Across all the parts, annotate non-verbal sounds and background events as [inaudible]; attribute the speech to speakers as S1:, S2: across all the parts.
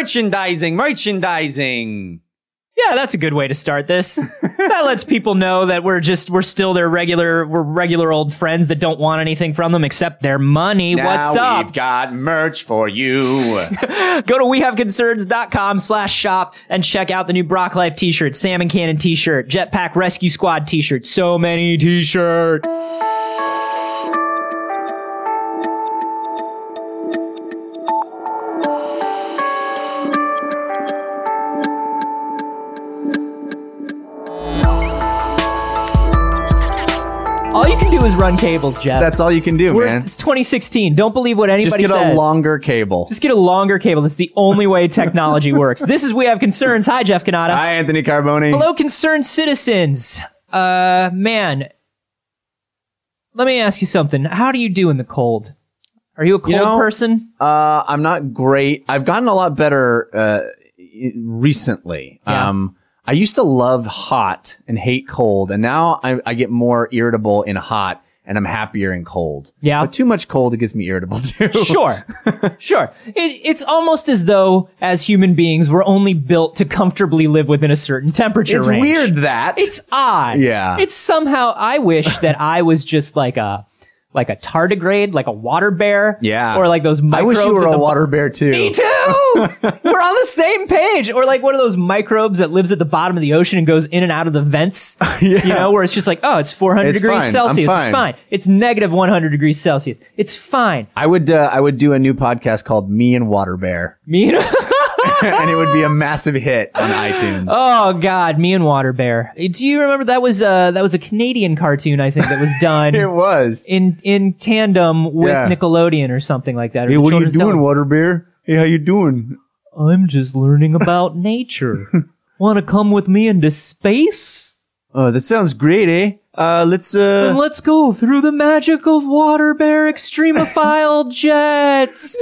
S1: Merchandising, merchandising.
S2: Yeah, that's a good way to
S1: [laughs]
S2: start this. that lets people know that we're just we're still their regular we're regular old friends that don't want anything from them except their money.
S1: Now
S2: What's up?
S1: We've got merch for you.
S2: Go to wehaveconcerns.com slash shop and check out the new Brock Life t-shirt, Salmon Cannon t-shirt, Jetpack Rescue Squad t-shirt, so many t-shirt. All you can do is run cables,
S3: [laughs]
S2: Jeff.
S3: That's all you can do,
S2: We're-
S3: man.
S2: It's 2016. Don't believe what anybody
S3: Just get
S2: says.
S3: a longer cable.
S2: Just get a longer cable. That's the only
S3: [laughs]
S2: way technology works. This is We Have Concerns. Hi, Jeff Canada.
S3: Hi, Anthony Carboni.
S2: Hello, concerned citizens. Uh, man, let me ask you something. How do you do in the cold? Are you a cold
S3: know- [laughs]
S2: person?
S3: Uh, I'm not great. I've gotten a lot better uh, i- recently.
S2: Yeah.
S3: Um, I used to love hot and hate cold, and now I, I get more irritable in hot, and I'm happier in cold.
S2: Yeah.
S3: but too much cold it gets me irritable [laughs] too.
S2: Sure, sure. It, it's almost as though, as human beings, we're only built to comfortably live within a certain temperature
S3: it's
S2: range.
S3: weird that
S2: It's odd.
S3: Yeah.
S2: It's somehow I wish that I was just like a like a tardigrade, like a water bear.
S3: [laughs] Yeah.
S2: Or like those
S3: I
S2: microbes.
S3: wish you were
S2: at
S3: a
S2: the-
S3: water bear too.
S2: Me too.
S3: [laughs]
S2: we're on the same page. Or like one of those microbes that lives at the bottom of the ocean and goes in and out of
S3: [laughs]
S2: the vents.
S3: Yeah.
S2: You know, where it's just like, oh, it's 400
S3: It's
S2: degrees
S3: fine. I'm
S2: Celsius.
S3: fine.
S2: It's fine. It's negative 100 degrees Celsius. It's fine.
S3: I would uh, I would do a new podcast called Me and Water Bear, [laughs]
S2: Me and [laughs]
S3: and it would be a massive hit [laughs] on iTunes.
S2: oh god, me and Water Bear. Do you remember that was uh that was a Canadian cartoon I think that
S3: [laughs]
S2: was done.
S3: it was.
S2: in in tandem with
S3: Yeah.
S2: Nickelodeon or something like that. or
S3: Hey,
S2: the
S3: what are you
S2: Children's
S3: doing,
S2: Network.
S3: Water Bear? Hey, how you doing?
S2: I'm just learning
S3: [laughs]
S2: about nature. Want to come with me into space?
S3: Oh, that sounds great, eh? Uh, let's
S2: Then
S3: uh.
S2: let's go through the magic of water bear extremophile jets.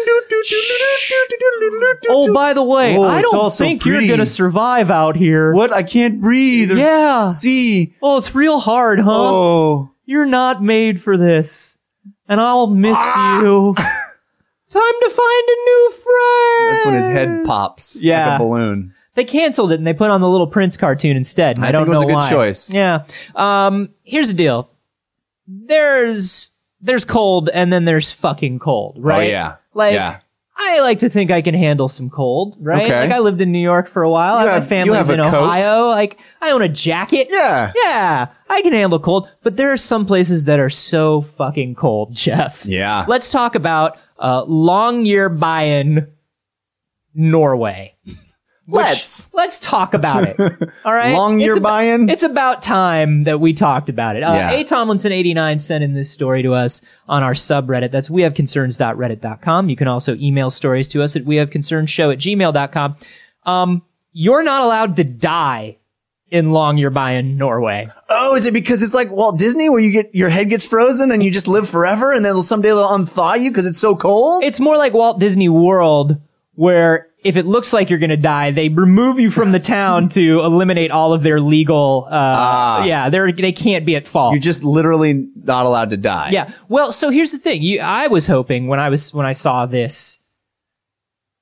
S2: oh, by the way,
S3: Oh,
S2: I
S3: it's all
S2: don't
S3: so
S2: think
S3: pretty.
S2: you're gonna survive out here.
S3: what? I can't breathe. Or
S2: Yeah.
S3: See.
S2: Oh, it's real hard, huh?
S3: Oh.
S2: You're not made for this, and I'll miss
S3: Ah! [laughs]
S2: you. Time to find a new friend.
S3: That's when his head pops.
S2: Yeah.
S3: Like a balloon. Oh,
S2: They canceled it and they put on the little Prince cartoon instead. and I,
S3: I
S2: don't
S3: think it was
S2: know
S3: a good
S2: why.
S3: choice.
S2: Yeah. Um, here's the deal. There's there's cold and then there's fucking cold, right?
S3: Oh yeah.
S2: Like
S3: yeah.
S2: I like to think I can handle some cold, right?
S3: Okay.
S2: Like I lived in New York for a while.
S3: You
S2: I-
S3: have-
S2: My
S3: you
S2: family's
S3: have a
S2: in
S3: coat.
S2: Ohio. Like I own a jacket.
S3: Yeah.
S2: Yeah, I can handle cold, but there are some places that are so fucking cold, [laughs] Jeff.
S3: Yeah.
S2: Let's talk about uh, Longyearbyen, Norway.
S3: Let's.
S2: Let's talk
S3: [laughs]
S2: about it. All right.
S3: Long
S2: It's
S3: year
S2: ab-
S3: buying.
S2: It's about time that we talked about it. Uh,
S3: Yeah.
S2: A Tomlinson eighty nine sent in this story to us on our subreddit. That's wehaveconcerns.reddit.com. You can also email stories to us at wehaveconcernshow at gmail.com. Um, you're not allowed to die in Longyearbyen, Norway.
S3: Oh, is it because it's like Walt Disney where you get your head gets frozen and you just live forever and then someday they'll unthaw you because it's so cold?
S2: It's more like Walt Disney World, where if it looks like you're going to die, they remove you from the town to eliminate all of their legal. Uh,
S3: Ah.
S2: Yeah, they're, they can't be at fault.
S3: You're just literally not allowed to die.
S2: Yeah. Well, so here's the thing. You, I was hoping when I was when I saw this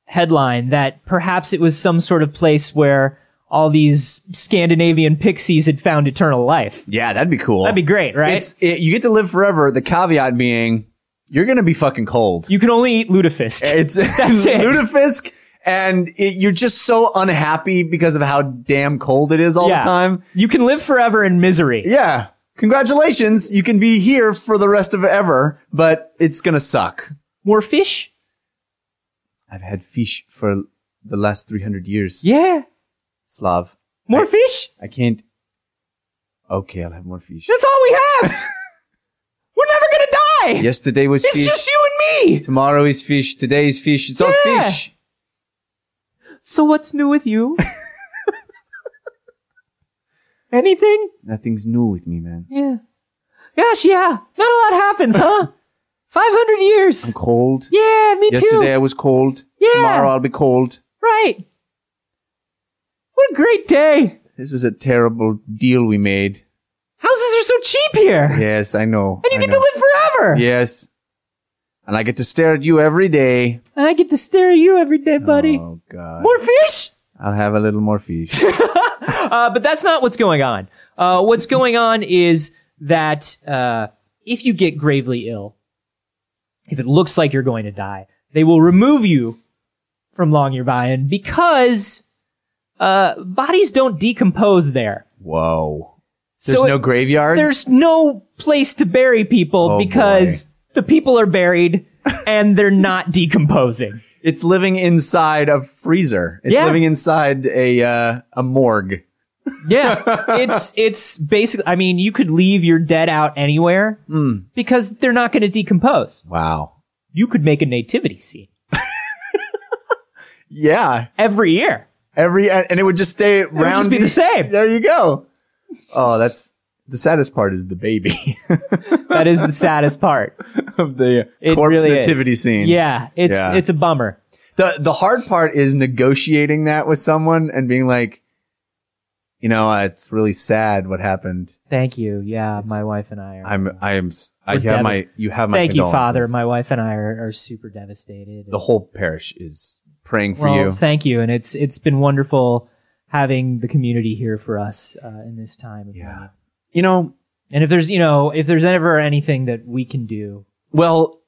S2: headline that perhaps it was some sort of place where all these Scandinavian pixies had found eternal life.
S3: Yeah, that'd be cool.
S2: That'd be great, right?
S3: It's it, you get to live forever. The caveat being you're gonna be fucking cold.
S2: you can only eat
S3: [laughs]
S2: lutefisk.
S3: It's
S2: [laughs] That's it.
S3: lutefisk, and it, you're just so unhappy because of how damn cold it is all
S2: Yeah.
S3: the time.
S2: You can live forever in misery.
S3: Yeah, congratulations, you can be here for the rest of ever, but it's gonna suck.
S2: More fish?
S3: I've had fish for the last 300 years.
S2: Yeah.
S3: Slav,
S2: More
S3: I-
S2: fish?
S3: I can't. Okay, I'll have more fish.
S2: That's all we have. [laughs] We're never gonna die.
S3: Yesterday was
S2: It's
S3: fish.
S2: just you and me.
S3: Tomorrow is fish. Today is fish. It's all
S2: Yeah.
S3: fish.
S2: So what's new with you? [laughs] Anything?
S3: Nothing's new with me, man.
S2: Yeah. Gosh, yeah. Not a lot happens,
S3: [laughs]
S2: huh? 500 years.
S3: I'm cold.
S2: Yeah, me
S3: Yesterday
S2: too.
S3: I was cold.
S2: Yeah.
S3: Tomorrow I'll be cold.
S2: Right. What a great day.
S3: This was a terrible deal we made.
S2: Houses are so cheap here.
S3: Yes, I know.
S2: And you
S3: I
S2: get
S3: know.
S2: to live forever.
S3: Yes. And I get to stare at you every day.
S2: And I get to stare at you every day, buddy.
S3: Oh god.
S2: More fish?
S3: I'll have a little more
S2: [laughs]
S3: fish.
S2: Uh, but that's not what's going on. Uh, what's going on is that uh, if you get gravely ill, if it looks like you're going to die, they will remove you from Longyearbyen because uh, bodies don't decompose there.
S3: Whoa. There's
S2: So it-
S3: no graveyards.
S2: there's no place to bury people
S3: Oh,
S2: because the people are buried and they're not decomposing.
S3: It's living inside a freezer. It's
S2: Yeah.
S3: living inside a uh, a morgue. [laughs]
S2: Yeah, it's it's basically. I mean, you could leave your dead out anywhere
S3: Hmm.
S2: because they're not going to decompose.
S3: Wow.
S2: You could make a nativity scene
S3: Yeah.
S2: every year.
S3: Every and it would just stay
S2: It would
S3: round.
S2: just be the
S3: [laughs]
S2: same.
S3: There you go. Oh, that's the saddest part is the baby [laughs]
S2: That is the saddest part.
S3: of the
S2: It
S3: corpse
S2: really is.
S3: nativity scene.
S2: Yeah, it's
S3: Yeah.
S2: it's a bummer.
S3: The the hard part is negotiating that with someone and being like, you know, uh, it's really sad what happened.
S2: Thank you. Yeah, my wife and I are.
S3: I'm I am s- I
S2: We're
S3: have
S2: devas-
S3: my you have my
S2: thank you, Father.
S3: condolences.
S2: My wife and I are, are super devastated.
S3: the whole parish is praying for
S2: well,
S3: you.
S2: Thank you, and it's it's been wonderful having the community here for us uh, in this time. Of
S3: Yeah.
S2: mourning.
S3: you know,
S2: And if there's you know if there's ever anything that we can do,
S3: Well,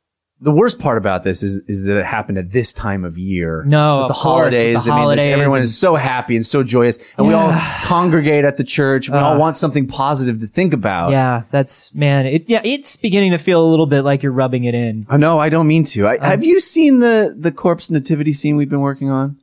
S3: the worst part about this is is that it happened at this time of year.
S2: No,
S3: With the
S2: of course, with
S3: holidays.
S2: the
S3: I mean, it's-
S2: holidays
S3: everyone
S2: and-
S3: is so happy and so joyous, and we all
S2: Yeah. [sighs]
S3: congregate at the church. We all
S2: Ugh.
S3: want something positive to think about.
S2: yeah, that's man. It yeah, it's beginning to feel a little bit like you're rubbing it in.
S3: Oh, no, I don't mean to.
S2: Uh.
S3: I, have you seen the the corpse nativity scene we've been working on?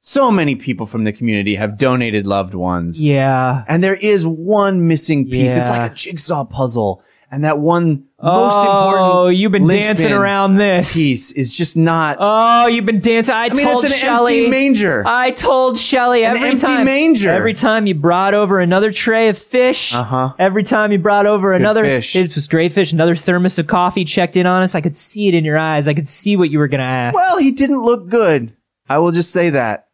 S3: So many people from the community have donated loved ones.
S2: Yeah.
S3: And there is one missing piece. It's
S2: Yeah.
S3: like a jigsaw puzzle. And that one most
S2: oh,
S3: important
S2: you've been
S3: linchpin
S2: dancing around this.
S3: piece is just not.
S2: Oh, you've been dancing. I,
S3: I mean,
S2: told
S3: it's an
S2: Shelly.
S3: empty manger.
S2: I told Shelly
S3: An
S2: Uh, every
S3: empty
S2: time.
S3: manger.
S2: Every time you brought over another tray of fish.
S3: Uh-huh.
S2: Every time you brought over
S3: good
S2: another,
S3: fish.
S2: it was great fish. Another thermos of coffee checked in on us. I could see it in your eyes. I could see what you were gonna ask.
S3: Well, he didn't look good. I will just say that.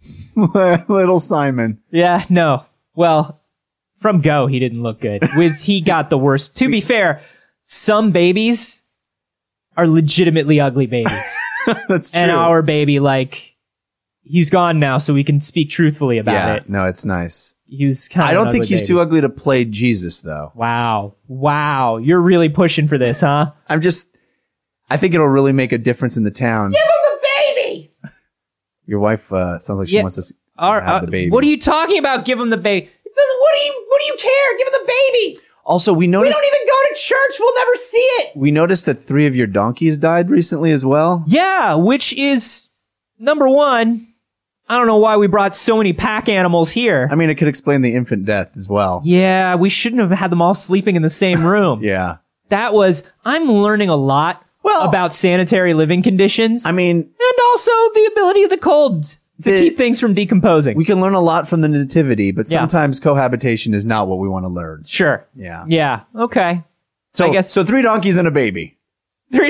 S3: [laughs] Little Simon. [laughs]
S2: Yeah, no. Well, from go, he didn't look good. With he got the worst. To be fair, some babies are legitimately ugly
S3: [laughs]
S2: babies,
S3: That's true.
S2: and our baby, like, he's gone now, so we can speak truthfully about
S3: yeah,
S2: it.
S3: no, it's nice.
S2: He was kind.
S3: I don't think he's too ugly to play Jesus, though.
S2: Wow, wow, you're really pushing for this, huh?
S3: I'm just. I think it'll really make a difference in the town. Give him the baby. Your wife uh, sounds like she
S2: Yeah.
S3: wants us.
S2: All right,
S3: Have the baby.
S2: uh, What are you talking about? Give him the baby.
S4: It doesn't- What do you What do you care? Give him the baby.
S3: Also, we
S4: We
S3: noticed
S4: don't even go to church. We'll never see it.
S3: we noticed that three of your donkeys died recently as well.
S2: Yeah, which is number one. I don't know why we brought so many pack animals here.
S3: I mean, it could explain the infant death as well.
S2: Yeah, we shouldn't have had them all sleeping in the same room.
S3: [laughs] Yeah.
S2: That was I'm learning a lot
S3: Well-
S2: about sanitary living conditions
S3: I mean,
S2: and also the ability of the cold to
S3: The-
S2: keep things from decomposing.
S3: we can learn a lot from the nativity, but
S2: Yeah.
S3: sometimes cohabitation is not what we want to learn.
S2: sure.
S3: Yeah.
S2: Yeah. Okay. [laughs]
S3: So,
S2: I guess-
S3: so three donkeys and a baby.
S2: Three.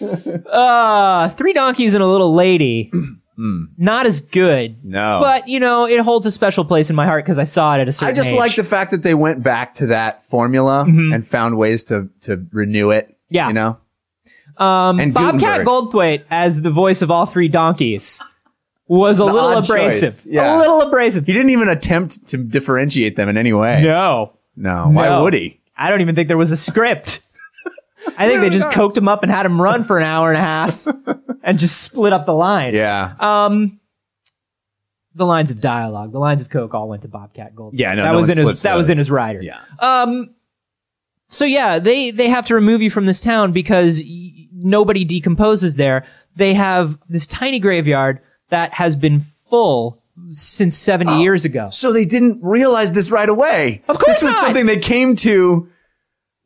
S2: uh, three donkeys and a little lady.
S3: [clears throat] Hmm.
S2: Not as good,
S3: No.
S2: but you know it holds a special place in my heart because I saw it at a certain.
S3: Oh. I just
S2: age.
S3: like the fact that they went back to that formula and found ways to to renew it.
S2: Mm-hmm. Yeah.
S3: You know?
S2: Um,
S3: And
S2: Bobcat Goldthwait as the voice of all three donkeys was a
S3: An
S2: little
S3: odd
S2: abrasive.
S3: choice, yeah.
S2: A little abrasive.
S3: He didn't even attempt to differentiate them in any way.
S2: No,
S3: No. Why
S2: No.
S3: would he?
S2: I don't even think there was a script.
S3: [laughs]
S2: I think they just coked him up and had him run for an hour and
S3: [laughs]
S2: a half and just split up the lines.
S3: Yeah.
S2: Um, the lines of dialogue, the lines of coke all went to Bobcat Goldthwait.
S3: Yeah, no,
S2: that
S3: no
S2: was
S3: one
S2: in his
S3: splits
S2: that was in
S3: those.
S2: his rider.
S3: yeah.
S2: Um, so yeah, they they have to remove you from this town because y- nobody decomposes there. They have this tiny graveyard that has been full since 70 years ago.
S3: So they didn't realize this right away.
S2: Of course
S3: This was
S2: not.
S3: something they came to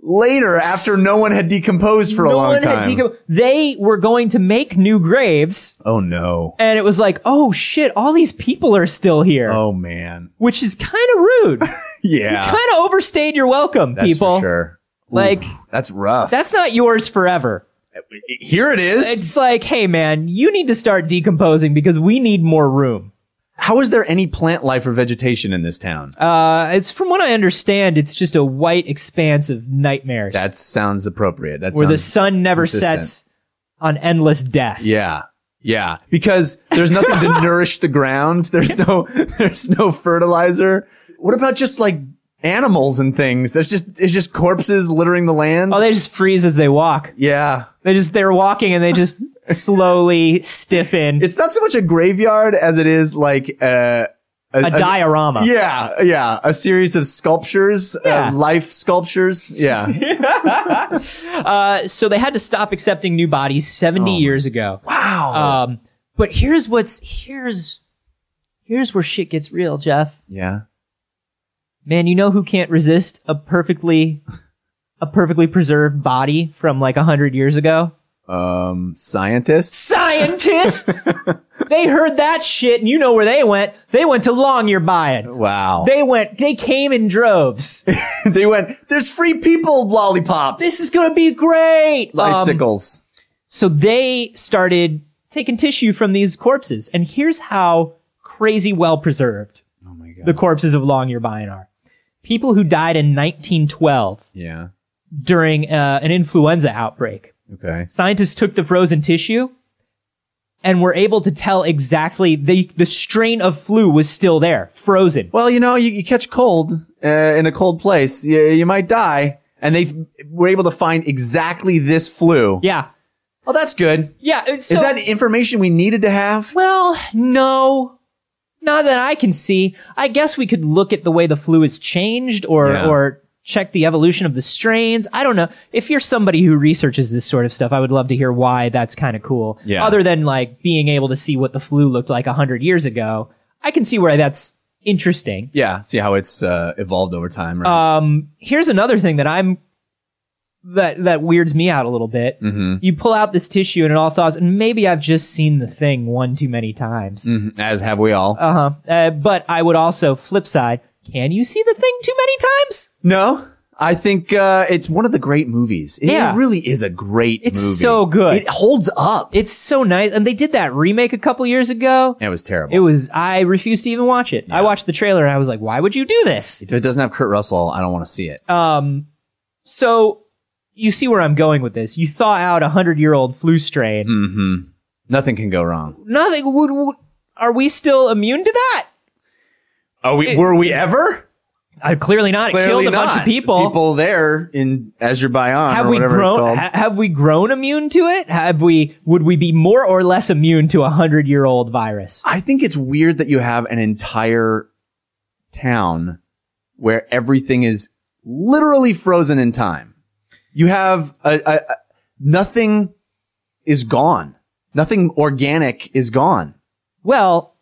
S3: later after no one had decomposed for a
S2: No
S3: long
S2: one had
S3: time.
S2: decom- they were going to make new graves,
S3: oh no.
S2: and it was like, oh shit, all these people are still here,
S3: Oh
S2: [laughs]
S3: man.
S2: which is kind of rude.
S3: [laughs] Yeah.
S2: kind of overstayed your welcome,
S3: That's
S2: people.
S3: for sure.
S2: Like-
S3: Oof, that's rough.
S2: That's not yours forever.
S3: Here it is.
S2: It's like, hey man, you need to start decomposing because we need more room.
S3: How is there any plant life or vegetation in this town?
S2: Uh, it's from what I understand, it's just a white expanse of nightmares
S3: that sounds appropriate. That
S2: where the
S3: sounds-
S2: sun never
S3: consistent.
S2: sets on endless death.
S3: Yeah. Yeah. Because there's nothing
S2: [laughs]
S3: to nourish the ground. There's no [laughs] there's no fertilizer. What about just like animals and things? There's just it's just corpses littering the land.
S2: Oh, they just freeze as they walk.
S3: yeah.
S2: They just they're walking and they
S3: [laughs]
S2: just slowly stiffen.
S3: It's not so much a graveyard as it is like uh, a
S2: a diorama.
S3: Yeah, yeah, a series of sculptures,
S2: Yeah.
S3: uh, life sculptures.
S2: [laughs]
S3: Yeah.
S2: Uh, so they had to stop accepting new bodies 70 years ago.
S3: wow.
S2: Um, but here's what's here's here's where shit gets real, Jeff.
S3: yeah.
S2: Man, you know who can't resist a perfectly a perfectly preserved body from like 100 years ago?
S3: Um scientists. [laughs]
S2: Scientists. they heard that shit and you know where they went. They went to Longyear Bayou.
S3: Wow.
S2: They went they came in
S3: [laughs]
S2: droves.
S3: They, went, there's free people lollipops.
S2: this is going to be great. Um,
S3: bicycles.
S2: So they started taking tissue from these corpses. And here's how crazy well preserved
S3: Oh my god.
S2: the corpses of Longyear Bayan are. People who died in 1912
S3: yeah.
S2: during uh, an influenza outbreak,
S3: Okay.
S2: scientists took the frozen tissue and were able to tell exactly the, the strain of flu was still there, frozen.
S3: Well, you know, you, you catch cold uh, in a cold place, you, you might die. And they f- were able to find exactly this flu.
S2: Yeah.
S3: Well, that's good.
S2: Yeah. uh, so-
S3: Is that information we needed to have?
S2: Well, no. Not that I can see. I guess we could look at the way the flu has changed or
S3: Yeah.
S2: or check the evolution of the strains. I don't know. If you're somebody who researches this sort of stuff, I would love to hear why that's kind of cool.
S3: Yeah.
S2: Other than like being able to see what the flu looked like 100 years ago, I can see where that's interesting.
S3: Yeah. See how it's uh, evolved over time, right?
S2: Um here's another thing that I'm that that weirds me out a little bit.
S3: mm-hmm.
S2: You pull out this tissue and it all thaws and maybe I've just seen the thing one too many times.
S3: Mm-hmm. As have we all.
S2: Uh-huh. Uh But I would also flip side. Can you see the thing too many times?
S3: no. I think uh, it's one of the great movies. It
S2: Yeah.
S3: really is a great
S2: It's
S3: movie.
S2: so good.
S3: It holds up.
S2: It's so nice, and they did that remake a couple years ago.
S3: it was terrible.
S2: It was I refused to even watch it. I watched the trailer and I was like, why would you do this?
S3: if it doesn't have Kurt Russell, I don't want to see it.
S2: Um, so you see where I'm going with this. You thaw out a hundred year old flu strain.
S3: Mm-hmm. Nothing can go wrong.
S2: Nothing would, would. Are we still immune to that?
S3: Oh, we, were we ever?
S2: Uh, clearly not. it
S3: Clearly
S2: killed a bunch
S3: not.
S2: of people.
S3: People there in Azerbaijan
S2: have
S3: or
S2: we
S3: whatever it's
S2: grown?
S3: called.
S2: ha- have we grown immune to it? Have we? Would we be more or less immune to a hundred year old virus?
S3: I think it's weird that you have an entire town where everything is literally frozen in time. You have a, a, a nothing is gone. Nothing organic is gone.
S2: Well,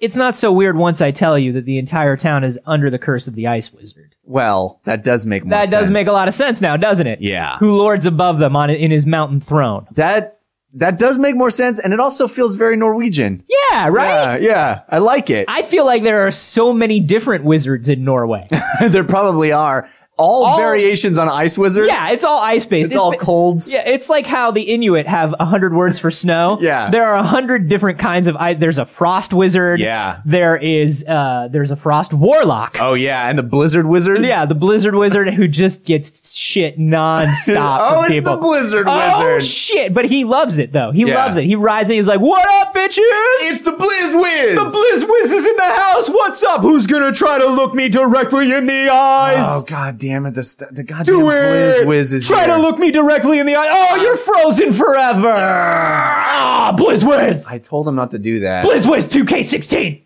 S2: it's not so weird once I tell you that the entire town is under the curse of the ice wizard.
S3: Well, that does make more
S2: That does
S3: sense.
S2: make a lot of sense now, doesn't it?
S3: Yeah.
S2: Who lords above them on in his mountain throne?
S3: That that does make more sense, and it also feels very Norwegian.
S2: Yeah, right.
S3: Yeah, yeah, I like it.
S2: I feel like there are so many different wizards
S3: [laughs]
S2: in Norway.
S3: there probably are all,
S2: All-
S3: variations on Ice Wizard.
S2: yeah, it's all ice based.
S3: it's, all colds.
S2: Yeah, it's like how the Inuit have a hundred words for snow.
S3: [laughs] Yeah.
S2: there are a hundred different kinds of. I- there's a frost wizard.
S3: Yeah.
S2: there is. Uh, there's a frost warlock.
S3: Oh yeah, and the Blizzard Wizard.
S2: Yeah, the blizzard wizard who just gets shit nonstop.
S3: [laughs] oh,
S2: from
S3: it's
S2: people.
S3: the Blizzard
S2: Oh
S3: Wizard.
S2: shit! But he loves it though. He
S3: Yeah.
S2: loves it. He rides it. He's like, "What up, bitches?
S3: it's the Blizz Wiz.
S2: The Blizz Wiz is in the house. What's up? Who's gonna try to look me directly in the eyes?
S3: Oh god damn it! The st- the goddamn
S2: Do
S3: Blizz
S2: it!
S3: Wiz is
S2: Try
S3: here. Ah.
S2: to look me directly in the eye. Oh, you're frozen forever. Ah, Blizz Wiz.
S3: I told him not to do that.
S2: Blizz Wiz 2K16.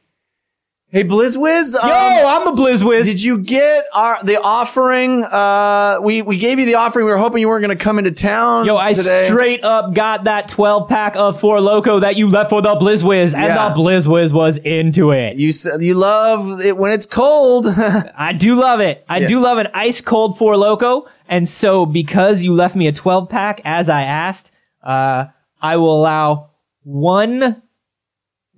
S3: hey, Blizz Wiz. um,
S2: Yo, I'm the Blizz Wiz.
S3: did you get our the offering? Uh, we we gave you the offering. We were hoping you weren't going to come into town.
S2: Yo, I
S3: today.
S2: straight up got that 12 pack of Four Loco that you left for the Blizz Wiz, and
S3: Yeah.
S2: the Blizz Wiz was into it.
S3: You said you love it when it's cold. [laughs]
S2: I do love it. I
S3: Yeah.
S2: do love an ice cold Four Loco, and so because you left me a 12 pack as I asked, uh, I will allow one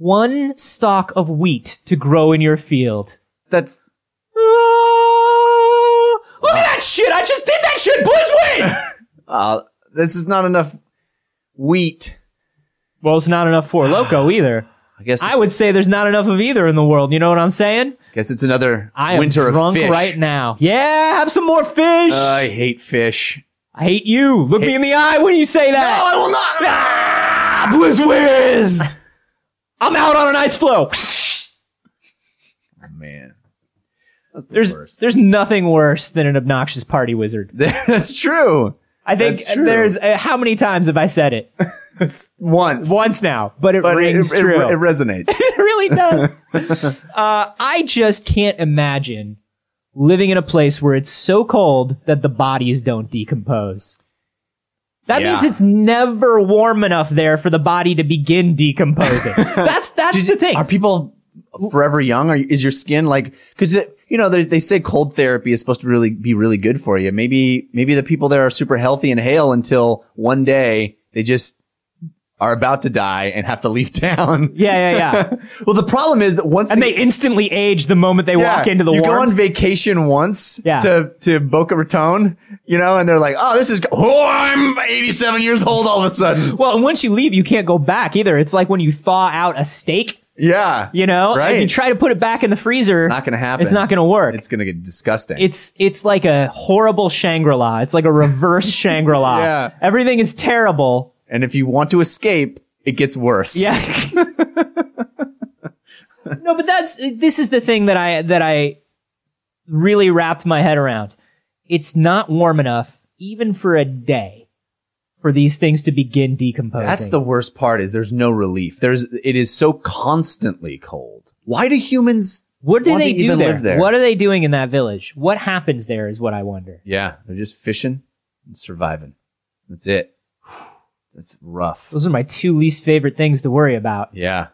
S2: one stalk of wheat to grow in your field.
S3: That's
S2: Ah, Look at that shit! I just did that shit, Blizz [laughs] Wiz.
S3: uh, this is not enough wheat.
S2: well, it's not enough Four Loco either.
S3: I guess
S2: I
S3: it's-
S2: would say there's not enough of either in the world. You know what I'm saying?
S3: guess it's another
S2: I am
S3: winter
S2: drunk
S3: of fish.
S2: right now. Yeah, have some more fish.
S3: Uh, I hate fish.
S2: I hate you. Look me in the eye when you say that.
S3: will not.
S2: Ah, Blizz whiz. I'm out on an ice floe.
S3: Oh, man, that's the
S2: There's
S3: worst. [laughs]
S2: there's nothing worse than an obnoxious party wizard.
S3: that's true.
S2: I think
S3: That's true.
S2: there's uh, how many times have I
S3: [laughs]
S2: said it?
S3: It's once,
S2: Once now, but it
S3: but it,
S2: rings
S3: it- it-
S2: true.
S3: it resonates.
S2: [laughs] it
S3: [laughs]
S2: really does. uh, I just can't imagine living in a place where it's so cold that the bodies don't decompose. That
S3: Yeah.
S2: means it's never warm enough there for the body to
S3: [laughs]
S2: begin decomposing. that's that's the thing.
S3: Are people forever young? Are, you- is your skin like? Because you know there's- they say cold therapy is supposed to really be really good for you. Maybe maybe the people there are super healthy and hale until one day they just are about to die and have to leave [laughs] town.
S2: yeah,
S3: [laughs]
S2: yeah, yeah.
S3: well, the problem is that once
S2: and they instantly age the moment they walk into the
S3: you
S2: warm.
S3: go on vacation once
S2: Yeah.
S3: to, to Boca Raton, you know, and they're like, oh, this is, oh, I'm 87 years old all of a sudden.
S2: well, and once you leave, you can't go back either. It's like when you thaw out a steak,
S3: Yeah.
S2: you know,
S3: Right.
S2: and you try to put it back in the freezer.
S3: Not going to happen.
S2: it's not going to work.
S3: It's going to get disgusting.
S2: it's it's like a horrible Shangri-La. It's like
S3: [laughs]
S2: a reverse Shangri-La.
S3: Yeah.
S2: Everything
S3: [laughs]
S2: is terrible.
S3: and if you want to escape, it gets worse.
S2: Yeah. no, but that's this is the thing that I that I really wrapped my head around. It's not warm enough even for a day for these things to begin decomposing.
S3: That's the worst part is there's no relief. There's, it is so constantly cold. Why do humans?
S2: what do
S3: want
S2: they
S3: to
S2: do
S3: even
S2: there?
S3: live there?
S2: What are they doing in that village? What happens there is what I wonder.
S3: Yeah. They're just fishing and surviving. That's it. [sighs] That's rough.
S2: Those are my two least favorite things to worry about.
S3: Yeah.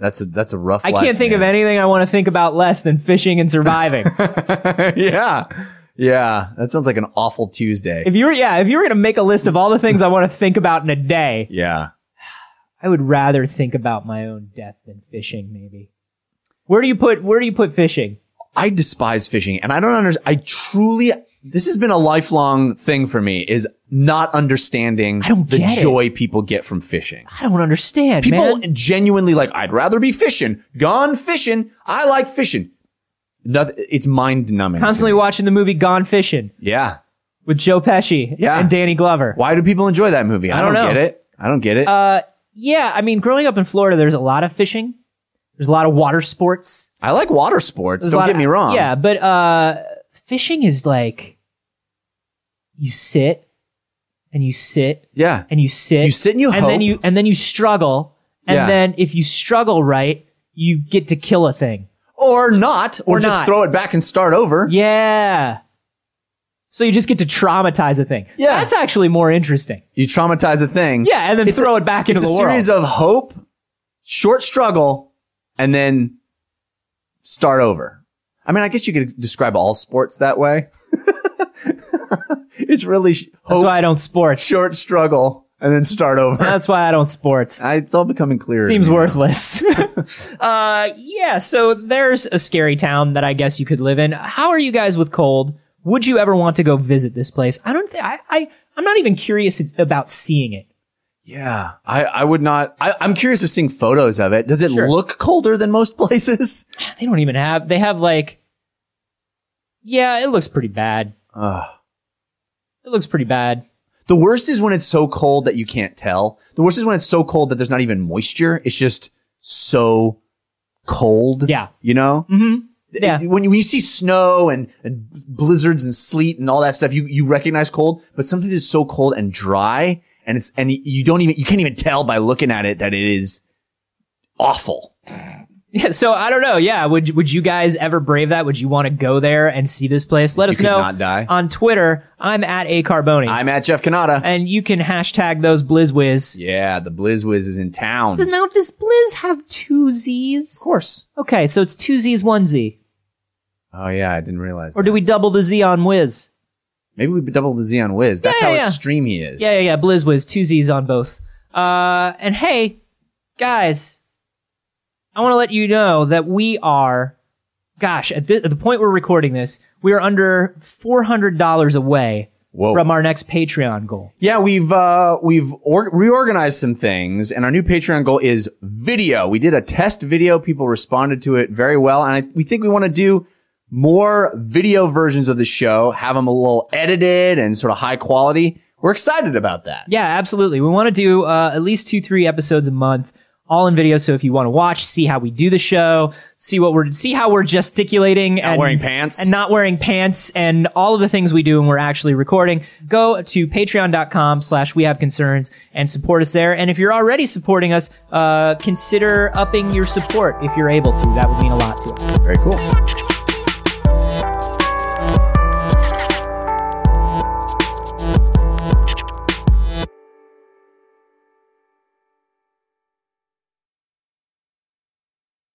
S3: That's a, that's a rough
S2: I
S3: life,
S2: can't think of
S3: man.
S2: anything I want to think about less than fishing
S3: [laughs]
S2: and surviving.
S3: yeah. Yeah. That sounds like an awful Tuesday.
S2: If you were, yeah, if you were going to make a list of all the things I want to think about in a day,
S3: yeah.
S2: I would rather think about my own death than fishing. Maybe. Where do you put Where do you put fishing?
S3: I despise fishing and I don't understand. I truly, this has been a lifelong thing for me is not understanding
S2: I don't
S3: the
S2: get it.
S3: joy people get from fishing.
S2: I don't understand,
S3: People
S2: man.
S3: genuinely like, I'd rather be fishing, gone fishing. I like fishing. Noth- it's mind numbing.
S2: Constantly watching the movie Gone Fishing
S3: Yeah.
S2: with Joe Pesci
S3: Yeah.
S2: and Danny Glover.
S3: Why do people enjoy that movie? I,
S2: I don't know.
S3: get it. I don't get it.
S2: Uh, yeah, I mean, growing up in Florida, there's a lot of fishing. There's a lot of water sports.
S3: I like water sports.
S2: There's a
S3: Don't
S2: lot
S3: get
S2: of-
S3: me wrong.
S2: Yeah, but uh, fishing is like you sit and you sit
S3: Yeah.
S2: and you sit.
S3: You sit and you
S2: and
S3: hope.
S2: then you and then you struggle, and
S3: Yeah.
S2: then if you struggle right, you get to kill a thing.
S3: or not, or,
S2: Or
S3: just
S2: not.
S3: throw it back and start over.
S2: Yeah. So you just get to traumatize a thing.
S3: Yeah.
S2: that's actually more interesting.
S3: You traumatize a thing.
S2: Yeah, and then
S3: It's
S2: throw
S3: a-
S2: it back
S3: it's a
S2: into the world.
S3: series of hope, short struggle, and then start over. I mean, I guess you could describe all sports that way. [laughs] it's really sh-
S2: That's
S3: hope,
S2: why I don't sports.
S3: short struggle, and then start over.
S2: That's why I don't sports.
S3: I, it's all becoming clearer. to
S2: Seems
S3: me now.
S2: worthless.
S3: [laughs]
S2: [laughs] uh, yeah, so there's a scary town that I guess you could live in. How are you guys with cold? Would you ever want to go visit this place? I don't think I, I I'm not even curious about seeing it.
S3: Yeah, I, I would not. I, I'm curious of seeing photos of it. Does it
S2: Sure.
S3: look colder than most places?
S2: They don't even have they have like Yeah, it looks pretty bad.
S3: Ugh.
S2: It looks pretty bad.
S3: The worst is when it's so cold that you can't tell. The worst is when it's so cold that there's not even moisture. It's just so cold.
S2: Yeah.
S3: You know?
S2: Mhm. Yeah.
S3: When you, when you see snow and, and blizzards and sleet and all that stuff, you, you recognize cold, but sometimes it's so cold and dry and it's, and you don't even, you can't even tell by looking at it that it is awful.
S2: Yeah, so I don't know. Yeah, would would you guys ever brave that? Would you want to go there and see this place? Let
S3: You
S2: us
S3: could
S2: know
S3: not die.
S2: on Twitter. I'm at a carboni,
S3: I'm at Jeff Canada.
S2: and you can hashtag those blizzwiz.
S3: yeah. The BlizzWiz is in town.
S2: Does- Now, does Blizz have two Z's?
S3: course.
S2: Okay, so it's two Z's, one Z.
S3: Oh yeah. I didn't realize.
S2: Or do
S3: that.
S2: we double the Z on Wiz?
S3: Maybe we double the Z on Wiz. That's
S2: Yeah,
S3: how
S2: yeah, yeah.
S3: extreme he is.
S2: Yeah, yeah, yeah. Blizz Wiz, two Z's on both. Uh, and hey, guys, I want to let you know that we are, gosh, at, thi- at the point we're recording this, we are under $400 away
S3: Whoa.
S2: from our next Patreon goal.
S3: Yeah, we've uh, we've or- reorganized some things, and our new Patreon goal is video. We did a test video; people responded to it very well, and I, we think we want to do more video versions of the show, have them a little edited and sort of high quality. We're excited about that.
S2: Yeah, absolutely. We want to do uh, at least two, three episodes a month, all in video. So if you want to watch, see how we do the show, see what we're, see how we're gesticulating and
S3: wearing pants.
S2: and not wearing pants and all of the things we do when we're actually recording. Go to patreon.com slash we have concerns and support us there. And if you're already supporting us, uh, consider upping your support if you're able to. That would mean a lot to us.
S3: Very cool.